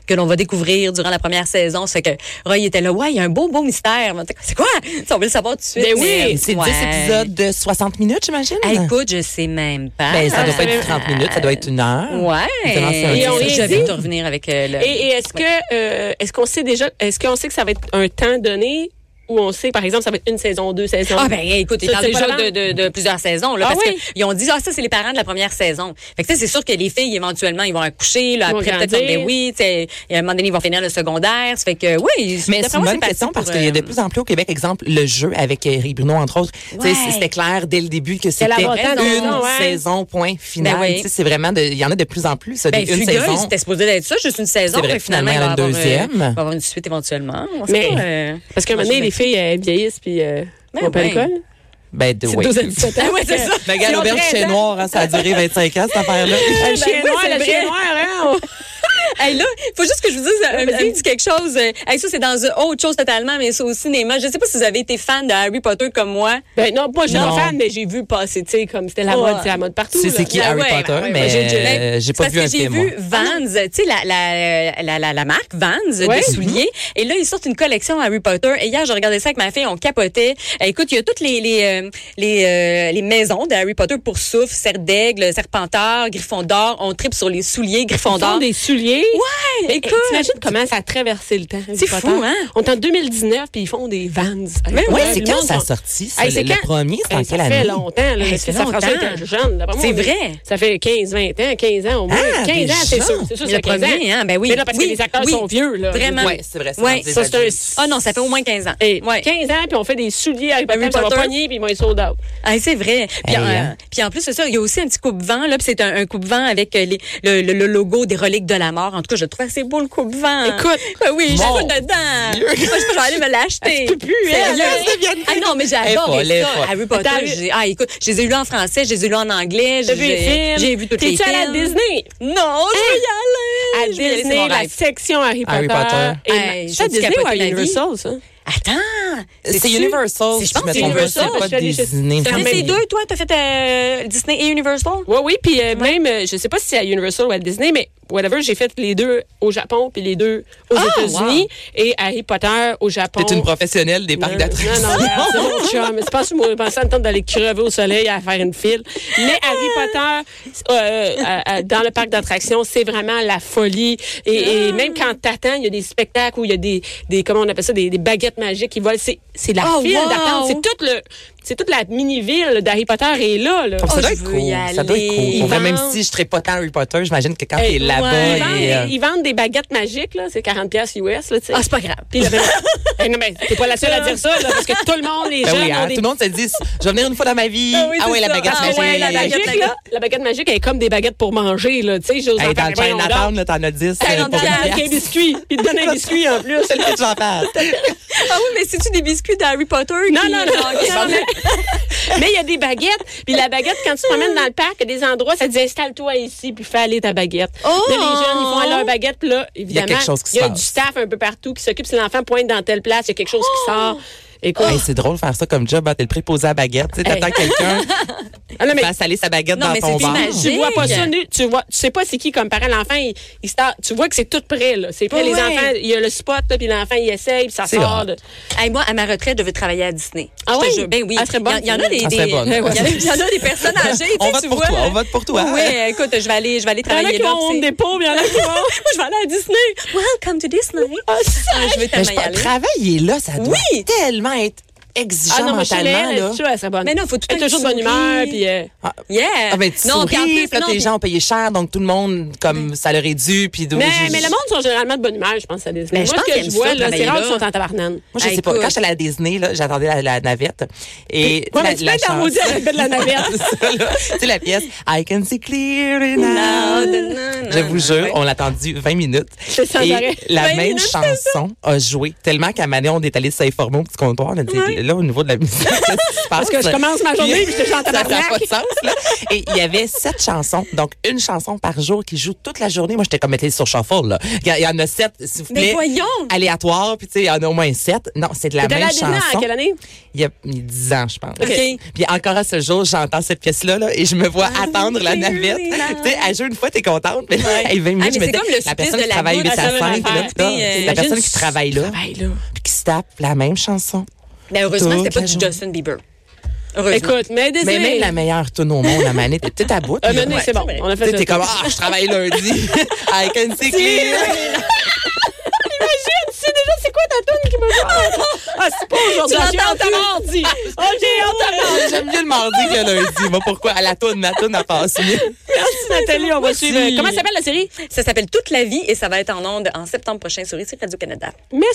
Speaker 2: que l'on va découvrir durant la première saison. C'est que Roy était là, ouais, il y a un beau, beau mystère. Mais on était, C'est quoi? Tu sais, on veut le savoir tout de suite.
Speaker 1: Ben oui,
Speaker 2: mais-
Speaker 3: C'est 10
Speaker 2: Ouais.
Speaker 3: épisodes de 60 minutes, j'imagine?
Speaker 2: Ah, écoute, hein, je sais même pas.
Speaker 3: Hein. Ben, ça doit pas
Speaker 1: euh,
Speaker 3: être 30 minutes, ça doit être une heure.
Speaker 2: euh, Ouais.
Speaker 3: Évidemment, c'est un
Speaker 1: Et on
Speaker 2: Je- je
Speaker 1: les
Speaker 2: vais
Speaker 1: dit.
Speaker 2: te revenir avec euh, le.
Speaker 1: Et, et est-ce que euh, est-ce qu'on sait déjà est-ce qu'on sait que ça va être un temps donné ou on sait par exemple ça va être une saison, deux saisons
Speaker 2: Ah ben écoute, ils
Speaker 1: Ça,
Speaker 2: parlent
Speaker 1: c'est
Speaker 2: déjà
Speaker 1: pas
Speaker 2: de,
Speaker 1: mal.
Speaker 2: de, de plusieurs saisons là,
Speaker 1: Ah
Speaker 2: parce
Speaker 1: oui?
Speaker 2: qu'ils ont dit ah ça c'est les parents de la première saison. Fait que tu sais, c'est sûr que les filles éventuellement ils vont accoucher là
Speaker 1: Ils vont
Speaker 2: après peut-être comme
Speaker 1: grandir.
Speaker 2: ben oui, tu sais, et à un moment donné ils vont finir le secondaire, ça fait que oui,
Speaker 3: Mais c'est
Speaker 2: d'après
Speaker 3: une
Speaker 2: moi,
Speaker 3: bonne
Speaker 2: parti
Speaker 3: question
Speaker 2: pour,
Speaker 3: parce qu'il y a de
Speaker 2: euh,
Speaker 3: plus en plus au Québec, exemple, le jeu avec Eric Bruno, entre autres. Tu sais,
Speaker 2: Ouais.
Speaker 3: C'était clair dès le début que c'était
Speaker 1: l'avantage
Speaker 3: une
Speaker 1: de la saison, ouais.
Speaker 3: saison, point final.
Speaker 2: Ben oui.
Speaker 3: Tu sais, C'est vraiment, de- il y en a de plus en plus, ça, des
Speaker 2: ben,
Speaker 3: une
Speaker 2: Fugueuse,
Speaker 3: saison.
Speaker 2: c'était supposé d'être ça, juste une saison.
Speaker 3: C'est vrai,
Speaker 2: mais
Speaker 3: finalement,
Speaker 2: il va
Speaker 3: elle a une
Speaker 2: avoir, euh,
Speaker 3: deuxième.
Speaker 2: il va avoir une suite éventuellement. On sait
Speaker 1: Mais-
Speaker 2: pas, euh,
Speaker 1: parce qu'à un moment donné les filles euh, vieillissent puis euh,
Speaker 2: Ben
Speaker 1: vont pas à
Speaker 2: ouais.
Speaker 1: l'école.
Speaker 3: Ben, de,
Speaker 1: C'est
Speaker 3: oui.
Speaker 1: deux années de sept ans.
Speaker 2: Ah ouais, c'est ça.
Speaker 3: Ben, regarde,
Speaker 1: Ils ont
Speaker 3: l'auberge
Speaker 1: 13
Speaker 3: chez
Speaker 1: ans.
Speaker 3: Noir, hein, ça a duré 25 ans, cette affaire-là.
Speaker 1: Le chien
Speaker 2: Ben oui,
Speaker 1: noir,
Speaker 2: c'est
Speaker 1: le chien
Speaker 2: vrai.
Speaker 1: noir, hein.
Speaker 2: Hey, là, faut juste que je vous dise un, un petit quelque chose. Euh, Hey, ça, c'est dans euh, autre chose totalement, mais c'est au cinéma. Je sais pas si vous avez été fan de Harry Potter comme moi.
Speaker 1: Ben non, moi je suis
Speaker 3: Non.
Speaker 1: pas fan mais j'ai vu passer, tu sais comme c'était la
Speaker 2: Ouais.
Speaker 1: mode, c'est la mode partout.
Speaker 3: Tu sais,
Speaker 1: là.
Speaker 3: c'est qui
Speaker 2: Ah
Speaker 3: Harry
Speaker 2: ouais,
Speaker 3: Potter,
Speaker 2: ouais, Ah ouais,
Speaker 3: mais
Speaker 2: j'ai- j'ai-
Speaker 3: euh, j'ai pas
Speaker 2: parce
Speaker 3: vu
Speaker 2: que
Speaker 3: un film,
Speaker 2: J'ai
Speaker 3: moi.
Speaker 2: vu Vans, tu sais, la, la, la, la, la marque Vans
Speaker 1: Ouais.
Speaker 2: des souliers. Et là, ils sortent une collection Harry Potter. Et hier, je regardais ça avec ma fille, on capotait. Euh, Écoute, il y a toutes les, les, euh, les, euh, les maisons de Harry Potter pour souffle, serre d'aigle, serpentard, griffon d'or. On tripe sur les souliers, griffon
Speaker 1: Ils font
Speaker 2: d'or.
Speaker 1: des souliers.
Speaker 2: Ouais,
Speaker 1: Mais,
Speaker 2: écoute.
Speaker 1: eh, T'imagines comment ça a traversé le temps. Harry
Speaker 2: C'est
Speaker 1: Potter?
Speaker 2: fou, hein?
Speaker 1: On est en 2019 puis ils font des vans. Harry
Speaker 2: Mais
Speaker 1: Potter.
Speaker 3: Oui,
Speaker 2: Ouais,
Speaker 3: c'est
Speaker 1: Le
Speaker 3: quand
Speaker 1: monde
Speaker 3: ça a
Speaker 1: va-
Speaker 3: sorti, ça?
Speaker 1: Hey, c'est
Speaker 3: le, le
Speaker 1: quand-
Speaker 3: premier, c'est en
Speaker 1: Hey, ça
Speaker 3: quelle
Speaker 1: fait
Speaker 3: année?
Speaker 1: longtemps. Là,
Speaker 2: Hey,
Speaker 1: Le
Speaker 2: ça fait
Speaker 1: fils à François
Speaker 2: longtemps.
Speaker 1: était jeune. D'après moi,
Speaker 2: C'est
Speaker 1: on est-
Speaker 2: vrai.
Speaker 1: Ça fait 15, 20 ans, 15 ans au moins.
Speaker 3: Ah,
Speaker 1: 15 ans, c'est
Speaker 3: déjà?
Speaker 1: sûr. C'est sûr,
Speaker 2: Le
Speaker 1: c'est 15 ans.
Speaker 2: premier, hein, ben oui.
Speaker 1: Mais là, parce
Speaker 2: Oui,
Speaker 1: que les acteurs
Speaker 2: oui.
Speaker 1: sont vieux. Là.
Speaker 2: Vraiment.
Speaker 3: Ouais, c'est vrai, c'est
Speaker 2: Ouais,
Speaker 3: rendu
Speaker 1: ça, Eh,
Speaker 3: des
Speaker 1: c'est un-
Speaker 3: adultes.
Speaker 2: Ah non, ça fait au moins 15 ans.
Speaker 1: Hey,
Speaker 2: Ouais.
Speaker 1: 15 ans, puis on fait des souliers avec
Speaker 2: Harry
Speaker 1: Harry Potter, ça
Speaker 2: Potter.
Speaker 1: va pogner, puis ils vont être sold out.
Speaker 2: Ah, c'est vrai. Puis,
Speaker 1: Eh,
Speaker 3: Hey,
Speaker 2: en,
Speaker 3: hein.
Speaker 2: puis en plus, c'est ça, il y a aussi un petit coupe-vent, là, puis c'est un, un coupe-vent avec euh, les, le, le- le logo des reliques de la mort. En tout cas, je le trouve assez beau le coupe-vent.
Speaker 1: Écoute,
Speaker 2: Ben oui, j'ai
Speaker 3: mon
Speaker 2: pas dedans. Moi, je pense que je vais aller me l'acheter.
Speaker 1: Elle peut Ah, plus, hein. elle,
Speaker 2: Sérieux.
Speaker 1: elle devient-
Speaker 2: Ah non, mais j'ai
Speaker 3: Elle est folle, elle
Speaker 2: adoré
Speaker 3: est
Speaker 2: ça.
Speaker 3: folle.
Speaker 2: Harry Potter,
Speaker 1: T'as vu-
Speaker 2: j'ai- ah écoute, je les ai lus en français, je les ai lus en anglais,
Speaker 1: T'as vu
Speaker 2: j'ai
Speaker 1: les films?
Speaker 2: j'ai vu toutes les films.
Speaker 1: T'es-tu à la Disney? Eh!
Speaker 2: Non, je vais y
Speaker 1: À
Speaker 2: aller. Je vais y aller, c'est mon
Speaker 1: Disney, la
Speaker 2: rêve.
Speaker 1: section Harry
Speaker 3: Harry
Speaker 1: Potter.
Speaker 3: Potter.
Speaker 1: Et
Speaker 2: Hey,
Speaker 1: ma-
Speaker 2: j'ai
Speaker 1: C'est à
Speaker 2: dû
Speaker 1: Disney ou à
Speaker 2: capoter ma vie.
Speaker 1: Universal, ça?
Speaker 2: Attends.
Speaker 3: C'est
Speaker 2: c'est-tu-
Speaker 3: Universal,
Speaker 2: c'est-
Speaker 3: si
Speaker 2: je pense
Speaker 3: je me
Speaker 2: que c'est
Speaker 3: trompe pas,
Speaker 2: Universal,
Speaker 3: c'est pas
Speaker 1: parce que je suis allée
Speaker 3: Disney.
Speaker 2: T'as
Speaker 1: quand
Speaker 2: fait
Speaker 1: même.
Speaker 2: ces deux, toi? T'as fait euh, Disney et Universal?
Speaker 1: Oui, oui, puis euh, même, euh, je sais pas si c'est à Universal ou à Disney, mais whatever, j'ai fait les deux au Japon, puis les deux aux
Speaker 2: Ah,
Speaker 1: États-Unis, et Harry Potter au Japon.
Speaker 3: T'es une professionnelle des parcs
Speaker 1: Non,
Speaker 3: d'attractions.
Speaker 1: Non, non, c'est mon chum. C'est pas si moi, je pensais en temps d'aller crever au soleil à faire une file. Mais Harry Potter, euh, à- à- dans le parc d'attractions, c'est vraiment la folie.
Speaker 2: Ah.
Speaker 1: Et, et même quand t'attends, il y a des spectacles où il y a des, des comment on appelle ça, des, des baguettes magiques qui volent. C'est, c'est la
Speaker 2: Oh,
Speaker 1: file
Speaker 2: wow!
Speaker 1: d'attente. C'est toute le, c'est toute la mini-ville d'Harry Potter est là, là.
Speaker 3: Ça doit
Speaker 2: je
Speaker 3: être
Speaker 2: veux
Speaker 3: cool.
Speaker 2: y
Speaker 3: Ça doit être
Speaker 2: aller.
Speaker 3: cool. Pour vrai,
Speaker 1: Ils
Speaker 3: même
Speaker 1: vendent-
Speaker 3: si je ne serais pas tant Harry Potter, j'imagine que quand
Speaker 1: Hey,
Speaker 3: t'es là-bas,
Speaker 1: ouais. ben, ils,
Speaker 3: et,
Speaker 1: vendent des-
Speaker 3: euh,
Speaker 1: ils vendent des baguettes magiques, là. C'est 40$ piastres US, là, tu sais.
Speaker 2: Ah, c'est pas grave.
Speaker 1: Puis le- Hey, Eh, non, mais t'es pas la seule à dire ça, là, parce que tout le monde, les
Speaker 3: ben
Speaker 1: jeunes,
Speaker 3: oui,
Speaker 1: ont
Speaker 3: hein,
Speaker 1: des
Speaker 3: tout le monde se dit, je vais venir une fois dans ma vie. Ah,
Speaker 2: oui,
Speaker 3: ouais,
Speaker 2: c'est
Speaker 3: la
Speaker 2: ça.
Speaker 3: baguette
Speaker 2: Ah
Speaker 3: magique.
Speaker 2: ouais, la baguette.
Speaker 1: magique, là, la baguette magique, elle est comme des baguettes pour manger, là. Tu sais, j'ose
Speaker 3: Hey,
Speaker 1: en
Speaker 3: dans le
Speaker 1: faire voyons
Speaker 3: Chinatown,
Speaker 1: donc. Ah,
Speaker 3: là, t'en as 10.
Speaker 2: Hey,
Speaker 3: euh,
Speaker 2: on
Speaker 3: pour
Speaker 2: dirait
Speaker 3: une
Speaker 1: Avec
Speaker 3: pièce.
Speaker 1: un biscuit. Puis te donne un biscuit, en plus.
Speaker 3: C'est le que tu en fasses.
Speaker 2: Ah oui, mais c'est-tu des biscuits d'Harry Potter?
Speaker 1: Non,
Speaker 2: qui-
Speaker 1: non, non. non, mais- Mais il y a des baguettes. Puis la baguette, quand tu te promènes dans le parc, il y a des endroits, ça te dit installe-toi ici, puis fais aller ta baguette.
Speaker 2: Oh!
Speaker 1: Là, les jeunes, ils font aller leur baguette, puis là, évidemment.
Speaker 3: quelque chose qui se
Speaker 1: Il y a
Speaker 3: passe.
Speaker 1: du staff un peu partout qui s'occupe. Si l'enfant pointe dans telle place, il y a quelque chose
Speaker 3: Oh!
Speaker 1: qui sort. Écoute.
Speaker 3: Hey, c'est drôle de faire ça comme job. hein, T'es le préposé à la baguette. Tu sais, t'attends
Speaker 1: Oh! Hey.
Speaker 3: quelqu'un
Speaker 1: Ah, non, mais-
Speaker 3: fasse aller sa baguette
Speaker 2: Non,
Speaker 3: dans
Speaker 2: mais
Speaker 3: ton
Speaker 2: c'est
Speaker 3: bar.
Speaker 2: imagé.
Speaker 1: Tu vois pas
Speaker 2: Zig.
Speaker 1: ça, nu- tu vois, tu sais pas c'est qui comme parent. L'enfant, il, il se tar- tu vois que c'est tout prêt, là. C'est prêt,
Speaker 2: Ouais.
Speaker 1: les enfants, il y a le spot, là, puis l'enfant, il essaye, puis ça
Speaker 3: C'est
Speaker 1: sort.
Speaker 3: hot.
Speaker 1: de-
Speaker 2: Hey, moi, à ma retraite, je veux travailler à Disney.
Speaker 1: Ah
Speaker 2: Je te
Speaker 1: oui?
Speaker 2: jure. Ben oui.
Speaker 1: Ah, serait
Speaker 2: Il y en-
Speaker 1: bonne.
Speaker 2: il y, en a des.
Speaker 3: Ah,
Speaker 2: des-
Speaker 3: serait
Speaker 2: il, y en
Speaker 3: bonne.
Speaker 2: a, il y en a des personnes âgées. tu sais,
Speaker 3: On vote
Speaker 2: tu
Speaker 3: pour
Speaker 2: vois.
Speaker 3: toi, on vote pour toi.
Speaker 2: Oui, écoute, je vais aller, je vais aller
Speaker 1: Il y en a
Speaker 2: travailler
Speaker 1: qui
Speaker 2: là.
Speaker 1: vont au Home
Speaker 2: tu sais.
Speaker 1: Depot, puis il y en a qui vont.
Speaker 2: Moi, je vais aller à Disney. Welcome to Disney. Ah, je vais
Speaker 3: Mais
Speaker 2: tellement
Speaker 3: je
Speaker 2: y
Speaker 3: pense-
Speaker 2: aller.
Speaker 3: travailler là, ça doit
Speaker 2: Oui.
Speaker 3: tellement être exigeant
Speaker 1: Ah, non, mais chez elle,
Speaker 3: mentalement, là.
Speaker 1: elle, tu vois, elle serait bonne.
Speaker 2: Mais non, faut tout le
Speaker 1: Elle est
Speaker 2: temps
Speaker 1: toujours de bonne
Speaker 2: qu'il
Speaker 1: humeur,
Speaker 2: sourit.
Speaker 1: puis euh,
Speaker 3: Ah,
Speaker 2: Yeah.
Speaker 3: ah, ben, tu
Speaker 2: puis en
Speaker 3: souris,
Speaker 2: plus,
Speaker 3: puis là,
Speaker 2: non,
Speaker 3: tes
Speaker 2: puis-
Speaker 3: gens ont payé cher, donc tout le monde, comme, ça leur est dû, puis...
Speaker 1: Mais, mais le monde sont généralement de bonne humeur, je pense. Ça les...
Speaker 2: Mais
Speaker 1: Moi,
Speaker 2: je
Speaker 1: ce
Speaker 2: pense
Speaker 1: que
Speaker 2: qu'ils
Speaker 1: je
Speaker 2: aiment
Speaker 1: vois,
Speaker 2: ça,
Speaker 1: là, c'est
Speaker 2: travailler
Speaker 1: rare
Speaker 2: là.
Speaker 1: qu'ils sont en tabarnane.
Speaker 3: Moi, je
Speaker 2: Ah,
Speaker 3: sais pas.
Speaker 2: écoute.
Speaker 3: Quand j'étais à la Disney, là, j'attendais la, la navette. Et
Speaker 1: Ouais,
Speaker 3: la, Ah,
Speaker 1: mais tu peux être dans Maudit à la belle de la navette.
Speaker 3: C'est ça, là. Tu sais, la pièce I can see clearly now. Je vous jure, on l'a attendu 20 minutes.
Speaker 1: C'est sans
Speaker 3: Et
Speaker 1: arrêt.
Speaker 3: la
Speaker 2: 20
Speaker 3: même
Speaker 2: minutes,
Speaker 3: chanson a joué tellement qu'à Mané, on est allé s'informer au petit comptoir. On a dit, là, au niveau de la musique, qu'est-ce qui se passe?
Speaker 1: que je commence ma journée, puis je te chante à
Speaker 3: Ça n'a
Speaker 1: tabarnak.
Speaker 3: pas de sens, là. Et il y avait sept chansons. Donc, une chanson par jour qui joue toute la journée. Moi, j'étais comme mettez sur shuffle, là. Il y a- il y en a sept, s'il vous
Speaker 2: Mais
Speaker 3: plaît.
Speaker 2: voyons!
Speaker 3: Aléatoire, puis tu sais, il y en a au moins sept. Non, c'est de la
Speaker 1: T'es allée à
Speaker 3: même
Speaker 1: la Disney
Speaker 3: chanson.
Speaker 1: en quelle année?
Speaker 3: Il y a il y a 10 ans, je pense.
Speaker 2: OK.
Speaker 3: Puis encore à ce jour, j'entends cette pièce-là là, et je me vois attendre la navette.
Speaker 2: Ah, oui, là.
Speaker 3: tu sais, à jour, une fois, t'es contente, mais là, hey,
Speaker 2: Ah,
Speaker 3: 20 minutes,
Speaker 2: mais
Speaker 3: je me
Speaker 2: c'est
Speaker 3: dis,
Speaker 2: comme le
Speaker 3: la
Speaker 2: supplice
Speaker 3: personne
Speaker 2: de
Speaker 3: qui
Speaker 2: la
Speaker 3: travaille
Speaker 2: goutte,
Speaker 3: 8 à
Speaker 2: ça,
Speaker 3: 5,
Speaker 2: l'affaire.
Speaker 3: là, putain,
Speaker 2: Tu sais, euh, Ah.
Speaker 3: la personne
Speaker 1: imagine
Speaker 3: qui
Speaker 1: si-
Speaker 3: travaille là,
Speaker 1: Travaille là.
Speaker 3: puis qui se tape la même chanson.
Speaker 2: Mais Ben, heureusement, c'était
Speaker 3: Toute
Speaker 2: pas
Speaker 3: la
Speaker 2: du
Speaker 3: journée.
Speaker 2: Justin Bieber. Heureusement.
Speaker 1: Écoute, mais
Speaker 3: Mais même
Speaker 1: désolé.
Speaker 3: la meilleure tune au monde, la manette, t'es peut-être à bout.
Speaker 1: Euh,
Speaker 3: là.
Speaker 1: Mané, c'est bon.
Speaker 2: Ouais.
Speaker 1: On a
Speaker 3: Tu
Speaker 1: fait
Speaker 3: sais,
Speaker 1: le
Speaker 3: t'es
Speaker 1: tour.
Speaker 3: comme, ah, je travaille lundi. I can see clear.
Speaker 1: Imagine, tu sais déjà c'est quoi ta toune qui me parle. Ah, c'est pas aujourd'hui.
Speaker 2: Tu
Speaker 1: J'ai
Speaker 2: l'entends
Speaker 1: hâte à mardi. Oh, j'ai hâte à mardi.
Speaker 3: Ah, J'aime mieux le mardi que lundi. Moi, pourquoi? À la toune, ma toune, elle passe mieux.
Speaker 1: Merci, Nathalie. On va suivre. Comment s'appelle la série?
Speaker 2: Ça s'appelle Toute la vie et ça va être en ondes en septembre prochain sur ici Radio-Canada.
Speaker 1: Merci.